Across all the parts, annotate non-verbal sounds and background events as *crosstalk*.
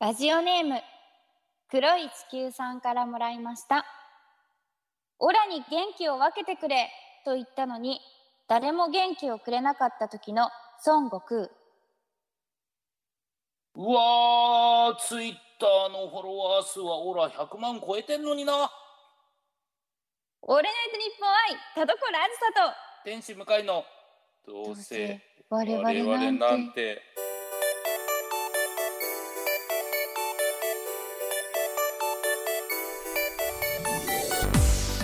ラジオネーム黒い地球さんからもらいましたオラに元気を分けてくれと言ったのに誰も元気をくれなかった時の孫悟空うわー、ツイッターのフォロワー数はオラ100万超えてんのにな。オールナイトニッポン愛田所あ天使向かいの。ずさとどうせ、我々我々ななんんてて。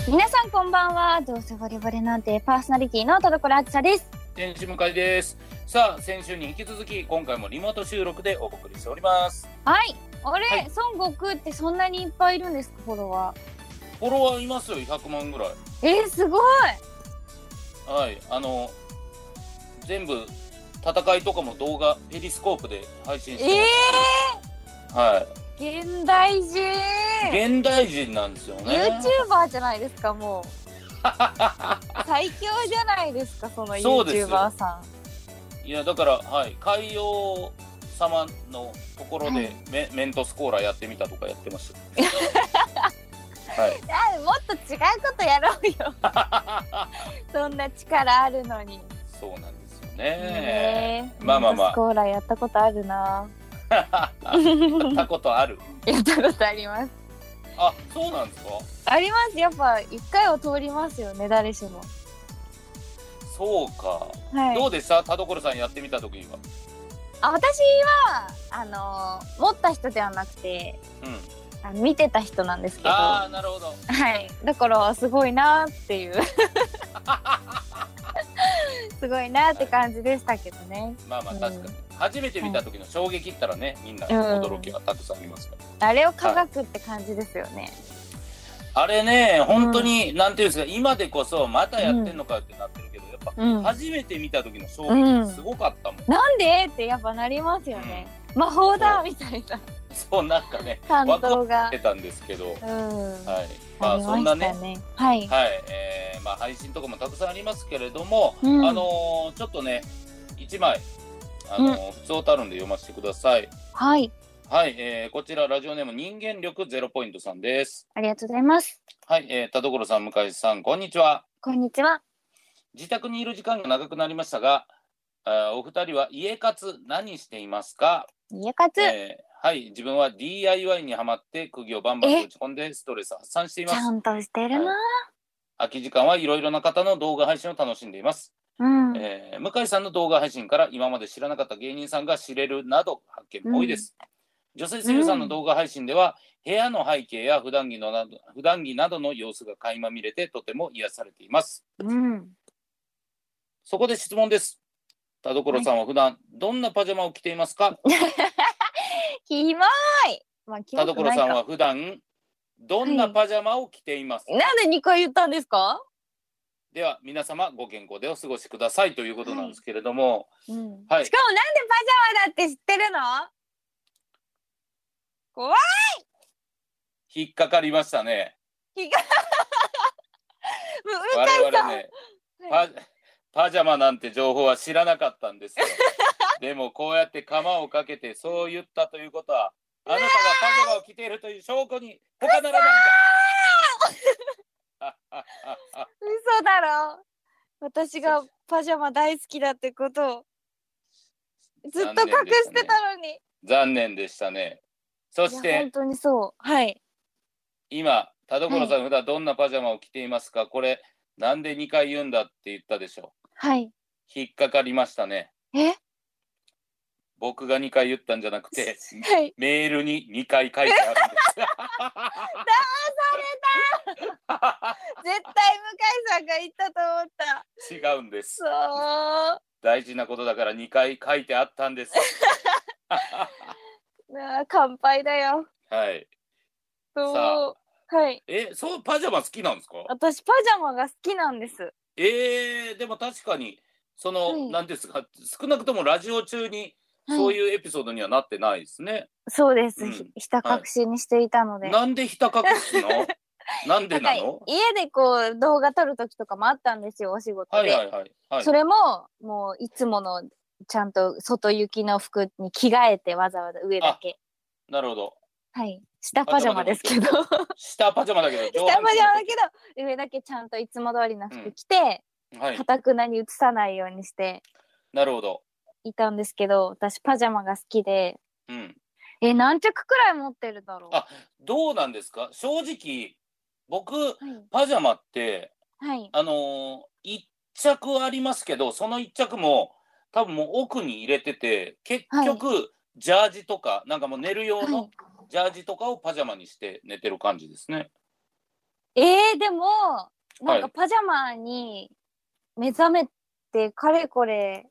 皆さんこんばんはどうせ我々なんてパーソナリティの田所あずさです天使向かいです。さあ、先週に引き続き、今回もリモート収録でお送りしております。はいあれ、はい孫悟空ってそんなにいっぱいいるんですかフォロワフォロワーいますよ、100万ぐらい。ーえー、すごいはい、あの、全部、戦いとかも動画、ペリスコープで配信してえます。はー、現代人い。現代人なんですよね。 YouTuber じゃないですかも *laughs* う最強じゃないですかそのそうですよ YouTuber さいやだからはい海洋様のところで、はいメメントスコーラやってみたとかやって *laughs* ましたはい *laughs* んあもっと違うことやろうよ *laughs* そんな力あるのにそうなんですよへねえまあまあまあスコーラやったことあるなやったことあるやったことありますあそうなんですかありますやっぱ一回は通りますよね誰しもそうか、はいどうでした田所さんやってみた時はあ私はあのー持った人ではなくてうんあ見てた人なんですけどあはあなるほどいだからすごいなーっていう *laughs* すごいなーって感じでしたけどねまあまあうん確かに、初めて見た時の衝撃ったらねみんな驚きがたくさんありますから、あれを科学って感じですよね、あれね本当に、なんていうんですか今でこそまたやってんのかってなってるけどやっぱうん、なん初めて見た時の衝撃すごかったもん、でってやっぱなりますよね、魔法だみたいなそうなんかね感ワクワ動がクしてたんですけど、うん、あはいまありそまんしなたねねはい、はい、えーまあ、配信とかもたくさんありますけれども、うんあのーちょっとね1枚あのー、普通おたるんで読ませてくださいはい、はい、えーこちらラジオネーム人間力ゼロポイントさんですありがとうございますはい、えー、田所さん向井さんこんにちはこんにちは自宅にいる時間が長くなりましたがあーお二人は家活何していますか家活、えーはい、自分は DIY にはまって釘をバンバン打ち込んでストレス発散していまちゃす。んとしてるな、空き時間はいろいろな方の動画配信を楽しんでいます、うん、えー向井さんの動画配信から今まで知らなかった芸人さんが知れるなど発見も多いです。女性声優さんの動画配信では、部屋の背景や普段着のなど普段着などの様子が垣間見れてとても癒されています。うんそこで質問です。田所さんは普段どんなパジャマを着ていますか、キモい。まあ、キ田モく所ないさか。んは普段どんなパジャマを着ていますか、なんで二回言ったんですか。では皆様ご健康でお過ごしくださいということなんですけれども、うんしかはいもなんでパジャマだって知ってるの。怖い。引っかかりましたね。気が。 *laughs* もう、うかい我さん。々ねはいパパジャマなんて情報は知らなかったんです *laughs* よ。でもこうやって釜をかけてそう言ったということはあなたがパジャマを着ているという証拠に他ならないん *laughs* だ。 *laughs* ああああ嘘だろ私がパジャマ大好きだってことを。ずっと隠してたのに。残念でしたね。そしいや本て当にそう。はい。今田所さん普段どんなパジャマを着ていますか、これなんで2回言うんだって言ったでしょう。はい。引っかかりましたね。え。僕が2回言ったんじゃなく *laughs* て、はい。メールに2回書いてあるんです。絶対向井さんが言ったと思った。違うんです。そう。大事なことだから2回書いてあったんです。なあ乾杯だよ。はい。そう。はい。え、そうパジャマ好きなんですか？私パジャマが好きなんです。えー、でも確かにその、はいなんていうんですか、少なくともラジオ中にはいそういうエピソードにはなってないですね。そうです。うんひひた隠しにしていたので。なんでひた隠 *laughs* しの？なんでななんのか？家でこう動画撮る時とかもあったんですよお仕事で、はいはいはいはいそ。れももういつものちゃんと外行きの服に着替えてわざわざ上だけなるほど。はい。下パジャマですけど。下パ下パジャマだけど、ジャ上半身マだけど、上だけちゃんといつも通りの服着て、はいか、たくなに移さないようにしてなるほど。いたんですけど、私パジャマが好きで、うん。え、何着くらい持ってるだろう。あどうなんですか正直、僕、はい。パジャマって、はい。あのー、1着ありますけど、その1着も、多分もう奥に入れてて、結局、ジャージとか、なんかもう寝る用はのいジャージとかをパジャマにして寝てる感じですね。えー、でも、なはんいかパジャマに目覚めて、かれこれ、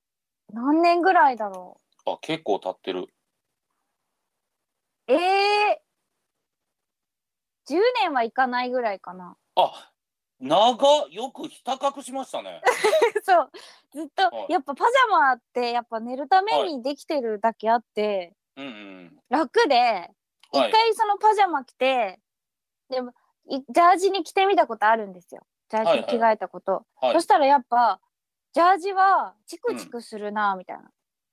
何年ぐらいだろあ、結構経ってる。う。ええー、10年はいかないぐらいかな。 *laughs* あ、長っよくひた隠しまし *laughs* たね。そうずっと、はいやっぱパジャマってやっぱ寝るためにできてるだけあって、うんうん。楽で一は回い。そのパジャマ着てでもいジャージに着てみたことあるんですよジャージに着替えたこと、はいそしたらやっぱジャージはチクチクするなみたいな、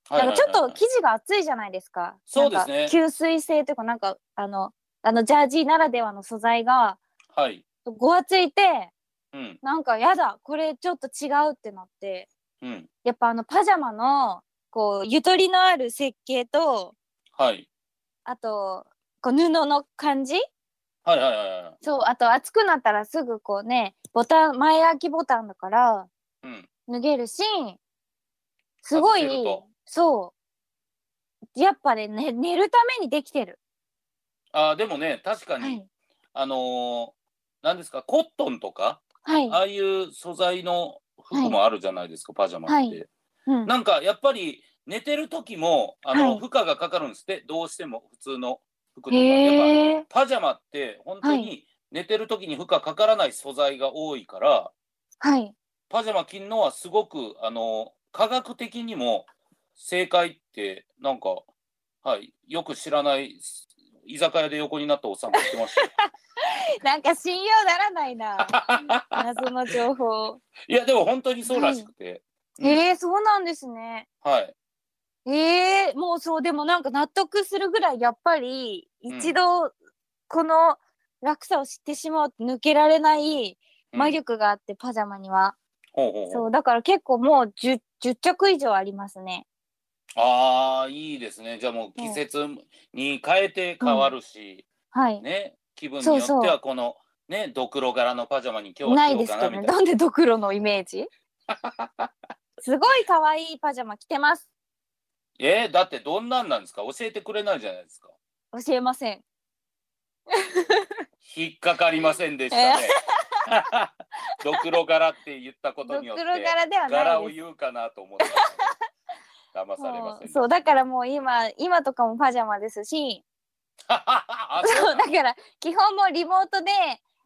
はいなんかちょっはいとはい生地が厚いじゃないですかそうですねなんか吸水性というかなんかあのあのジャージならではの素材がはい。ごわついてうん。なんかやだこれちょっと違うってなってうん。やっぱあのパジャマのこうゆとりのある設計とはい。あとこう布の感じはいはいはいはい。そうあと暑くなったらすぐこうねボタン前開きボタンだからうん。脱げるしすごい外せるとそうやっぱねね寝るためにできてる、あーでもね、確かに、はいあのー、なんですか、コットンとか、はい、ああいう素材の服もあるじゃないですか、パジャマって。はいうん、なんかやっぱり寝てる時もあの、はい負荷がかかるんですって、どうしても普通の服とか。やっぱへえパジャマって本当はに寝てる時に負荷かからない素材が多いから、はいパジャマ着るのはすごくあの科学的にも正解ってなんか、はい、よく知らない居酒屋で横になったおっさんが言ってましたよなんか信用ならない *laughs* な謎の情報いやでも本当にそうらしくて、うんへえそうなんですねはいええもうそうでもなんか納得するぐらいやっぱりうん一度この落差を知ってしまうと抜けられないうん魔力があって、パジャマにはほうほうほうそうだから結構もう 10, 10着以上ありますねああいいですねじゃあもう季節に変えて変わるし、はい、ね気分によってそうそうはこのねドクロ柄のパジャマに今日はな着いようですかけどなみねたいななんでドクロのイメージすごい可愛いパジャマ着てますえーだってどんなんなんですか教えてくれないじゃないですか教えません引っかかりませんでしたね。 *laughs* ドクロ柄って言ったこドとクによロって柄ではな柄いをです言うかなと思って騙されまもせんうでした。そうだからもう今今とかもパジャマですし *laughs* あそそううだから基本もうリモートで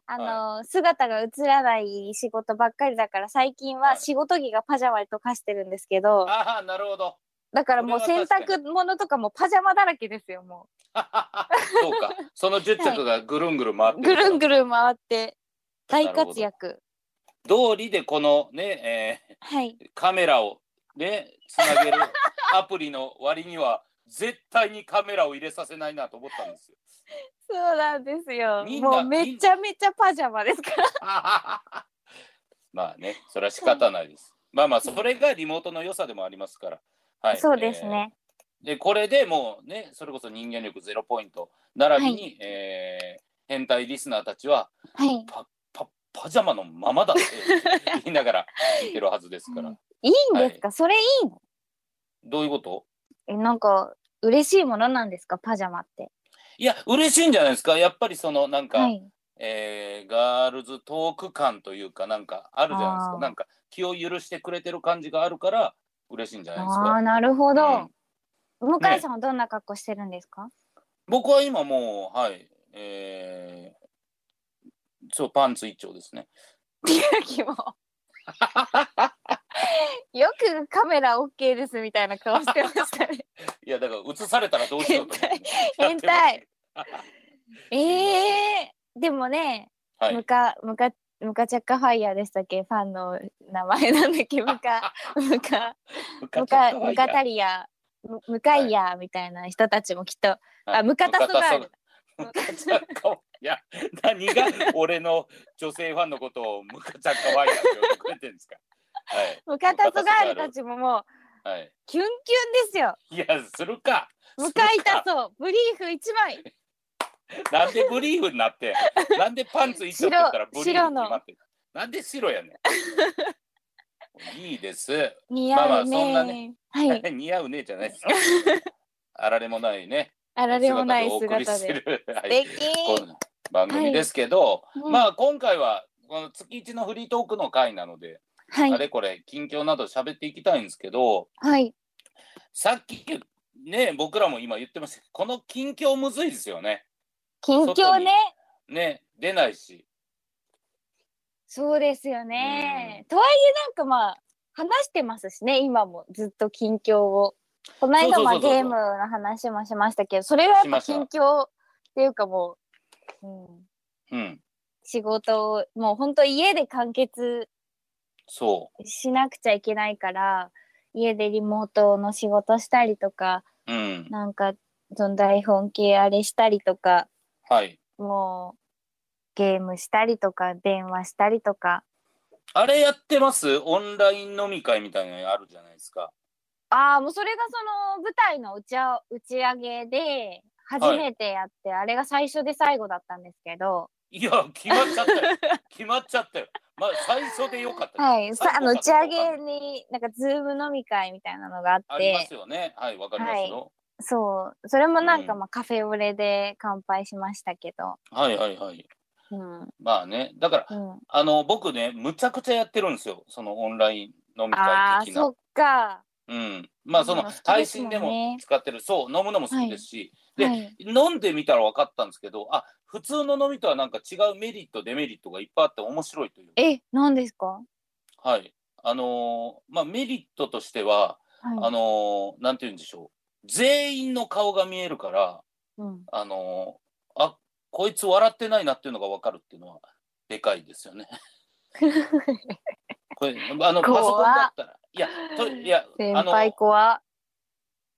あの、姿が映らない仕事ばっかりだから最近ははい仕事着がパジャマに溶かしてるんですけど、あーなるほど。だからもうそれ洗は確か濯物とかもパジャマだらけですよも *laughs* そうか。その十着がぐるんぐるん回っうてぐるからるんぐるん回って大活躍通りでこのね、はいえーカメラをねつな *laughs* げるアプリの割には絶対にカメラを入れさせないなと思ったんですよ。 *laughs* そうなんですよみんなもうめちゃめちゃパジャマですからまあね、それは仕方ないです。まあまあ、それがリモートの良さでもありますから。はい、そうですね、えー。で、これでもうね、それこそ人間力ゼロポイント、並びに、えー変態リスナーたちは、はいパパジャマのままだって言いながら聞いてるはずですから。いいんですか、それいいのどういうことえなんか嬉しいものなんですかパジャマっていや、嬉しいんじゃないですか。やっぱりその、なんか、はいえーガールズトーク感というか、なんかあるじゃないですあか。ーなんか気を許してくれてる感じがあるから、嬉しいんじゃないですか。ああーなるほど、向ね井さんはどんな格好してるんですか、僕は今もうはいえー、そうパンツ一丁ですね *laughs* 時もよくカメラ OK ですみたいな顔してました *laughs* ねいやだから映されたらどうしようと思って変態やってえー、でもね、ますはいムカムカムカチャッカファイヤーでしたっけフ *laughs* ァンの名前なんだっけムカムカムムちゃカん可愛ムいなカタリアむ向かいやみたいな人たちもきっと、あ向かたそばあるムカチャカワいや何が俺の女性ファンのことをムカチャカワイヤーって呼んでくれてるんですか *laughs* 向かたそガールたちももうはい、はい、キュンキュンですよいやするか向かいたそうブリーフ一枚なんでブリーフになってんなんでパンツ一緒だったらブリーフに白なってんなんで白やねんいいです、似まあま合あうね,、そんなねはい *laughs* 似合うねじゃないですよあられもないねあられもない姿でお送りしてる、はい素敵この番組ですけど、うんまあ今回はこの月一のフリートークの回なので、はあいれこれ近況など喋っていきたいんですけどはいさっきね僕らも今言ってましたけどこの近況むずいですよね。近況ねね出ないしそうですよね、とはいえなんかまあ話してますしね今もずっと近況をこの間まそあうそうそうそうゲームの話もしましたけどそれはやっしまぱした近況っていうかもう、うん、うん仕事をもう本当家で完結そしなくちゃいけないから家でリモートの仕事したりとかううんなんかその台本系あれしたりとかはいもうゲームしたりとか電話したりとかあれやってますオンライン飲み会みたいなのあるじゃないですか。ああもうそれがその舞台の打ちあ打ち上げで初めてやって、あれが最初で最後だったんですけどいや決まっちゃ *laughs* ったよ決まっちゃったよ。まあ最初でよかった。はいさあの打ち上最後だげったになんかズーム飲み会みたいなのがあっありまてすよね。はいわかりますよ。そうそれもなんかうんまあカフェオレで乾杯しましたけど、はい、はい、はい。うんうん、まあねだからあの僕ねむちゃくちゃやってるんですよそのオンライン飲みあ会あ的そなっ。かうん、まあそのまあ好きですもんね配信でも使ってる、そう飲むのも好きですし、ではい、飲んでみたら分かったんですけどあ普通の飲みとはなんか違うメリットデメリットがいっぱいあって面白いというえ何ですか、ははいあのーまあメリットとしては、あいのーなんて言うんでしょう全員の顔が見えるから *laughs* うん、あのーあこいつ笑ってないなっていうのが分かるっていうのはでかいですよね。これあのパ怖っソコンだったらいやといや先あの輩子は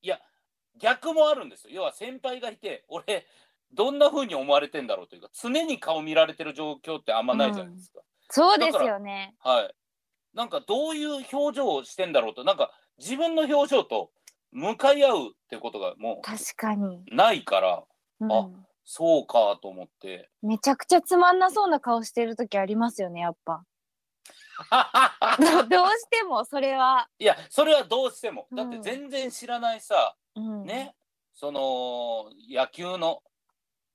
いや逆もあるんですよ要は先輩がいて俺どんな風に思われてんだろうというか常に顔見られてる状況ってあんまないじゃないですか、そうですよねはいなんかどういう表情をしてんだろうとなんか自分の表情と向かい合うってことがも確かに、うないからうんあそうかと *laughs* 思ってめちゃくちゃつまんなそうな顔してる時ありますよねやっ *laughs* ぱどうしてもそれは、いやそれはどうしてもうんだって全然知らないさ、うん、ねその野球の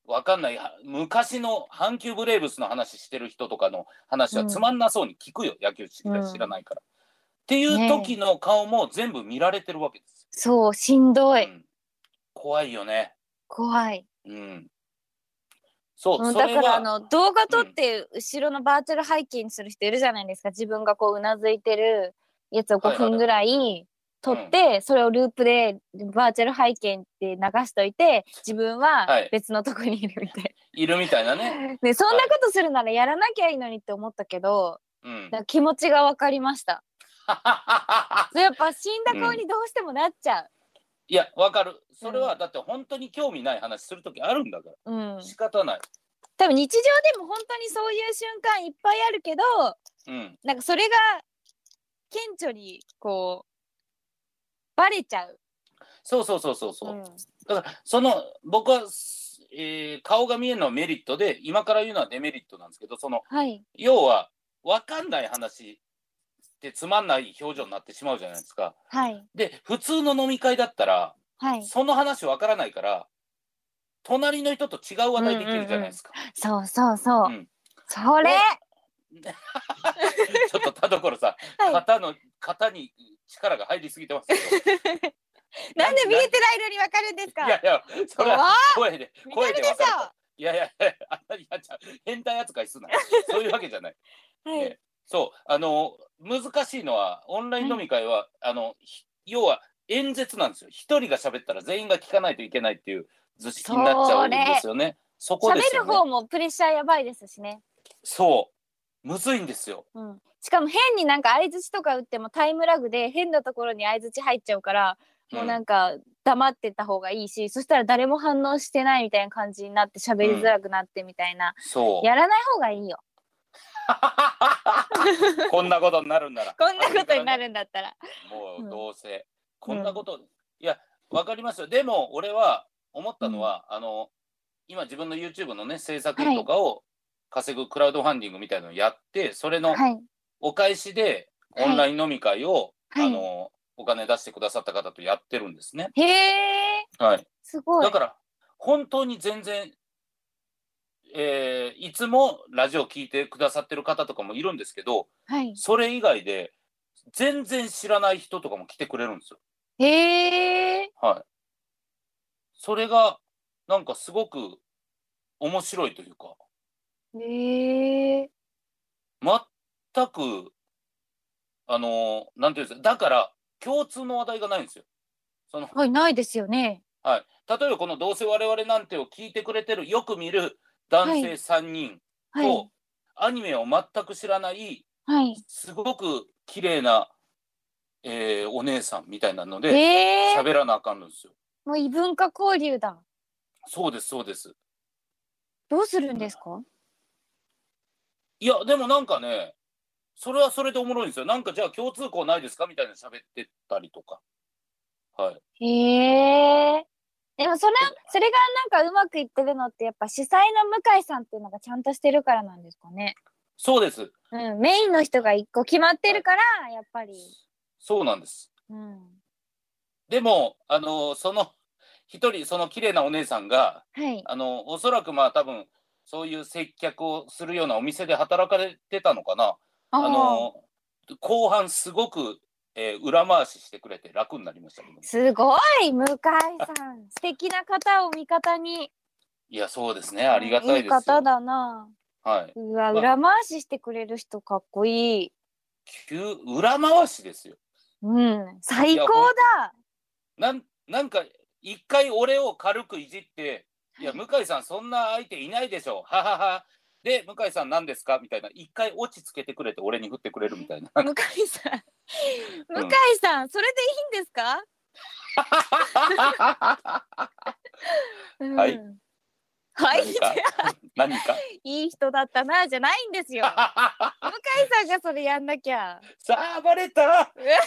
わかんないは昔の阪急ブレーブスの話してる人とかの話はうんつまんなそうに聞くよ、野球知らうん知らないから。っていう時の顔も全部見られてるわけですそうしんどよ。い、うん怖いよね。怖い、うん、そう、うん、それだはからあの動画撮って後ろのバーチャル背景にする人いるじゃないですか自分がこううなずいてるやつをは5いはい分ぐらい撮って、それをループでバーチャル背景って流しといて自分ははい別のとこにいるみたいいるみたいなな、 *laughs* ね。ね、そんなことするならやらなきゃいいのにって思ったけどうん *laughs* なん、か気持ちが分かりましたそれやっぱ死んだ顔にどうしてもなっちゃいやわかるそれはだって本当に興味ない話する時あるんだかう、うんら仕方ない。多分日常でも本当にそういう瞬間いっぱいあるけどうんなんかそれが顕著にこうバレちゃう。そうそうそうそうそう、うんだからその僕は、すえー顔が見えるのはメリットで今から言うのはデメリットなんですけどそのはい要は分かんない話ってつまんない表情になってしまうじゃないですか。はいで普通の飲み会だったらはい。その話分からないから隣の人と違う話題できるじゃないですか。そうそうそう。うんそれ、ねちょっと田所さんはい、肩の肩に力が入りすぎてますけど。なんで見えてないのにわかるんですかい。やいやそれ怖はっ声で見て声るででし分かるから。いやいやいや、あんまりやっちゃう変態扱いすんな。そういうわけじゃない。ょ。はいねそう、あの、難しいのは、オンライン飲み会は、あの、ひ要は演説なんですよ。一人が喋ったら全員が聞かないといけないっていう図式になっちゃうんですよね。そこです喋よるね。方もプレッシャーやばいですしね。そう。むずいんですよ。うん。しかも変になんか相槌とか打ってもタイムラグで変なところに相槌入っちゃうから、もうなんか黙ってた方がいいし、そしたら誰も反応してないみたいな感じになって喋りづらくなってみたいな、そうやらない方がいいよ *laughs* こんなことになるんならこんなことになるんだったら、もううんどうせ、こんなこと、いやわかりますよでも俺は思ったのは、あの今自分の YouTube のね制作費とかを稼ぐクラウドファンディングみたいのをやってそれのはいお返しではいオンライン飲み会を、はいあのお金出してくださった方とやってるんですね。へえはい、すごいだから本当に全然、えーいつもラジオ聞いてくださってる方とかもいるんですけどはいそれ以外で全然知らない人とかも来てくれるんですよ。へえはい。それが、なんかすごく面白いというか、へえ全く、あの、なんていうんですか、だから、共通の話題がないんですよ。その、はいないですよねはい。例えば、このどうせ我々なんてを聞いてくれてる、よく見る男性3人と、はいアニメを全く知らない、はいすごく綺麗な、えーお姉さんみたいなので、へえ喋らなあかんのですよ。もう異文化交流だそうです、そうです。どうするんですかいやでもなんかねそれはそれでおもろいんですよなんかじゃあ共通項ないですかみたいなの喋ってたりとかはいへえ。でもそれ、それがなんかうまくいってるのって、やっぱ主催の向井さんっていうのがちゃんとしてるからなんですかね。そうですうん、メインの人が一個決まってるから、やっぱり。そうなんですうん。でもあのその一人その綺麗なお姉さんがはい。あのおそらくまあ多分そういう接客をするようなお店で働かれてたのかなああーの後半すごく、えー裏回ししてくれて楽になりましたけどすごい向井さん素敵な方を味方にいやそうですねありがたいいですよ方だなはいうわま裏回ししてくれる人かっこいい急裏回しですようん最高だなんなんか一回俺を軽くいじって「いや向井さんそんな相手いないでしょ」はははで向井さん何ですかみたいな一回落ち着けてくれて俺に振ってくれるみたい *laughs* な *laughs* 向井さんうん向井さん、それでいいんですか、うんはいはい何か何か *laughs* いい人だったなじゃないんですよ。向井さんがそれやんなきゃ。さあバレたバレ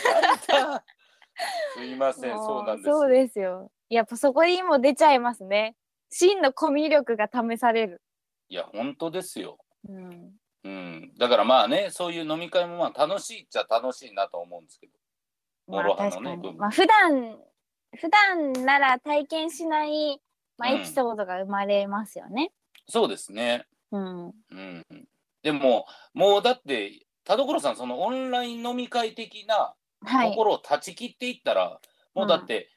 た *laughs* すいませんもそうなんですそうですよ。やっぱそこにも出ちゃいますね。真のコミュ力が試される。いや本当ですようん。うん、だからまあねそういう飲み会もまあ楽しいっちゃ楽しいなと思うんですけどまモロあハのね確か部に。分まあ普段普段なら体験しないまあうんエピソードが生まれますよね。そうですねうん。うん、でももうだって田所さんそのオンライン飲み会的なはい。心を断ち切っていったら、もうだって、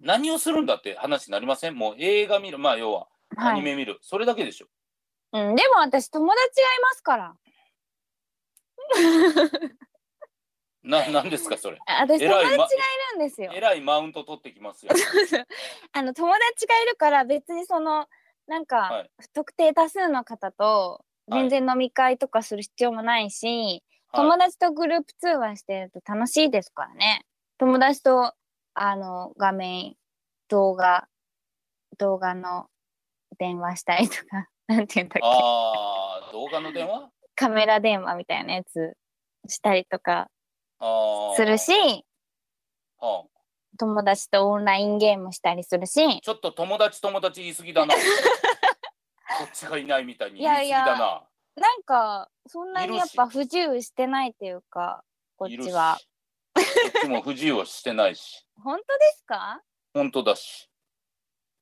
何をするんだって話になりませんもう映画見るまあ要はアはニい。メ見る、それだけでしょうん。でも私友達がいます *laughs* から。な何ですかそれあ私え友らい達がまいるんですよえ。らいマウント取ってきますよあの友達がいるから別にそのなんはかい不特定多数の方とはい全然飲み会とかする必要もないし、友達とグループ通話してると楽しいですからね友達とあの画面動画動画の電話したりとか *laughs* なんていうんだっけああ動画の電話カメラ電話みたいなやつしたりとかあーするしはあ友達とオンラインゲームしたりするしちょっと友達友達言い過ぎ *laughs* だなこっちがいないみたいに言い過ぎだないやいなんかそんなにやっぱ不自由してないっていうかこっいるちしはこっちも不自由はしてないし本当ですか本当だし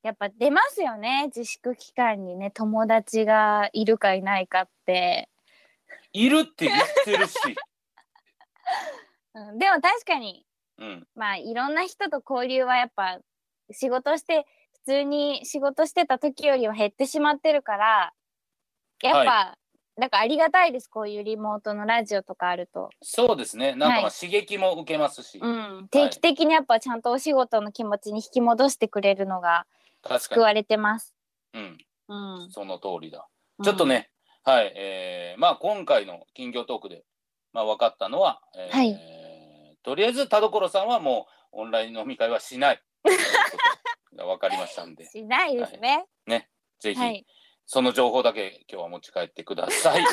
やっぱ出ますよね自粛期間にね友達がいるかいないかって、いるって言ってるし、うん、でも確かにうん、まあいろんな人と交流はやっぱ仕事して普通に仕事してた時よりは減ってしまってるからやっぱ、なんかありがたいですこういうリモートのラジオとかあると、そうですねなんかまはあ刺激も受けますし、うん、定期的にやっぱちゃんとお仕事の気持ちに引き戻してくれるのが確救かわれてます。に、うんうん、、その通りだ、ちょっとねはいえー、まあ今回の金魚トークで、まあ、分かったのは、えーはいとりあえず田所さんはもうオンライン飲み会は *laughs* しない。が分かりましたんで、しないですね。ぜひ、はい。その情報だけ今日は持ち帰ってく *laughs* ださい。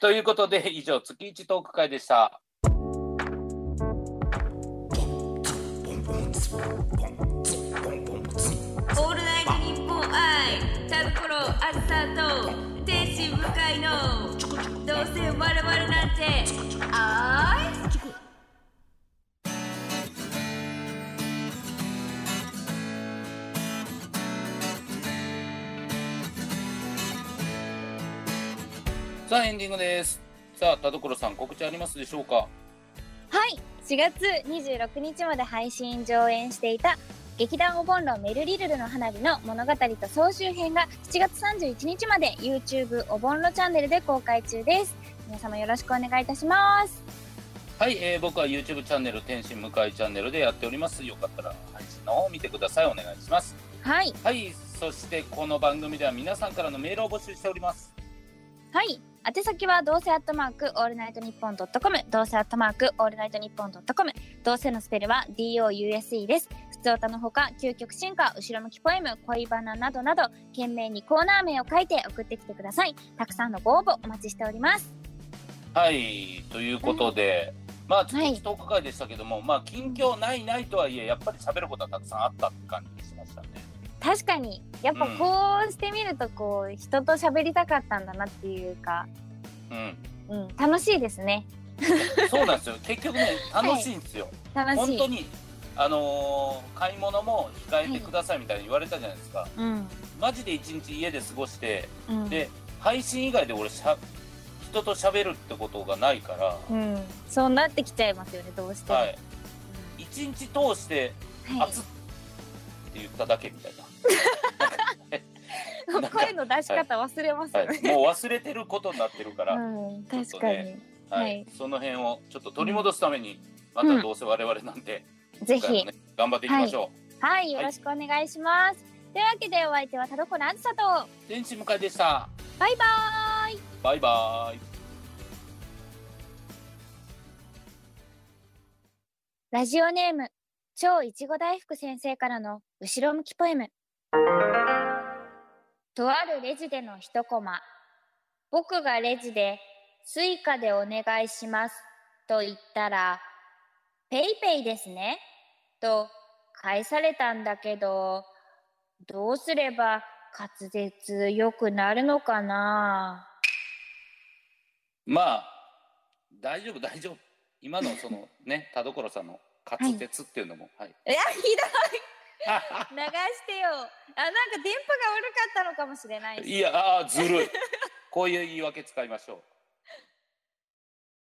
ということで以上月一トーク会でした。オールナイトニッポン愛タルコロアズサーと天使向かいのどうせ我々なんてあいさあエンディングです。さあ田所さん告知ありますでしょうか。はい。4月26日まで配信上演していた劇団お盆論メルリルルの花火の物語と総集編が7月31日まで YouTube お盆論チャンネルで公開中です。皆様よろしくお願いいたします。はい、えー僕は YouTube チャンネル天心向井チャンネルでやっております。よかったら配信の方見てください。お願いします。はい。はい、そしてこの番組では皆さんからのメールを募集しております。はい。宛先はどうせアットマークオールナイトニッポンドットコムどうせアットマークオールナイトニッポンドットコムどうせのスペルは DOUSE です普通歌のほか究極進化後ろ向きポエム恋バナなどなど懸命にコーナー名を書いて送ってきてくださいたくさんのご応募お待ちしておりますはい、ということで、まあ、ちょっはとい一トーク会でしたけども、まあ、近況ないないとはいえ、やっぱり喋ることはたくさんあったって感じがしましたね。確かにやっぱうんこうしてみるとこう人と喋りたかったんだなっていうか、うん、うん、楽しいですねそうなんです *laughs* よ。結局ね、楽しいんですよ。楽し本い当に、あのー買い物も控えてくださいみたいに言われたじゃないですか。うんマジで一日家で過ごして、うんで、配信以外で俺しゃ、人と喋るってことがないから、うん、そうなってきちゃいますよねどうしても、はうんい、一日通して、はい熱っって言っただけみたいな。なん *laughs* か声の出し方忘れますよは *laughs* いね。、もう忘れてることになってるから、うん、確かに。はいはいその辺をちょっと取り戻すために、またどうせ我々なんで、ぜ今回ひも。ね、頑張っていきましょう。はい、よろしくお願いします。というわけでお相手は田所あずさと、天使迎えでした。バイバーイバイバイ。ラジオネーム、超いちご大福先生からの後ろ向きポエム。とあるレジでの一コマ。僕がレジで、スイカでお願いします。と言ったら、ペイペイですね。と返されたんだけど、どうすれば滑舌良くなるのかなまあ大丈夫大丈夫。今のその *laughs* ね田所さんの滑舌っていうのも、はい。いや、ひどい流してよあ、なんか電波が悪かったのかもしれない *laughs* い、やあーずるい。こういう言い訳使いましょう。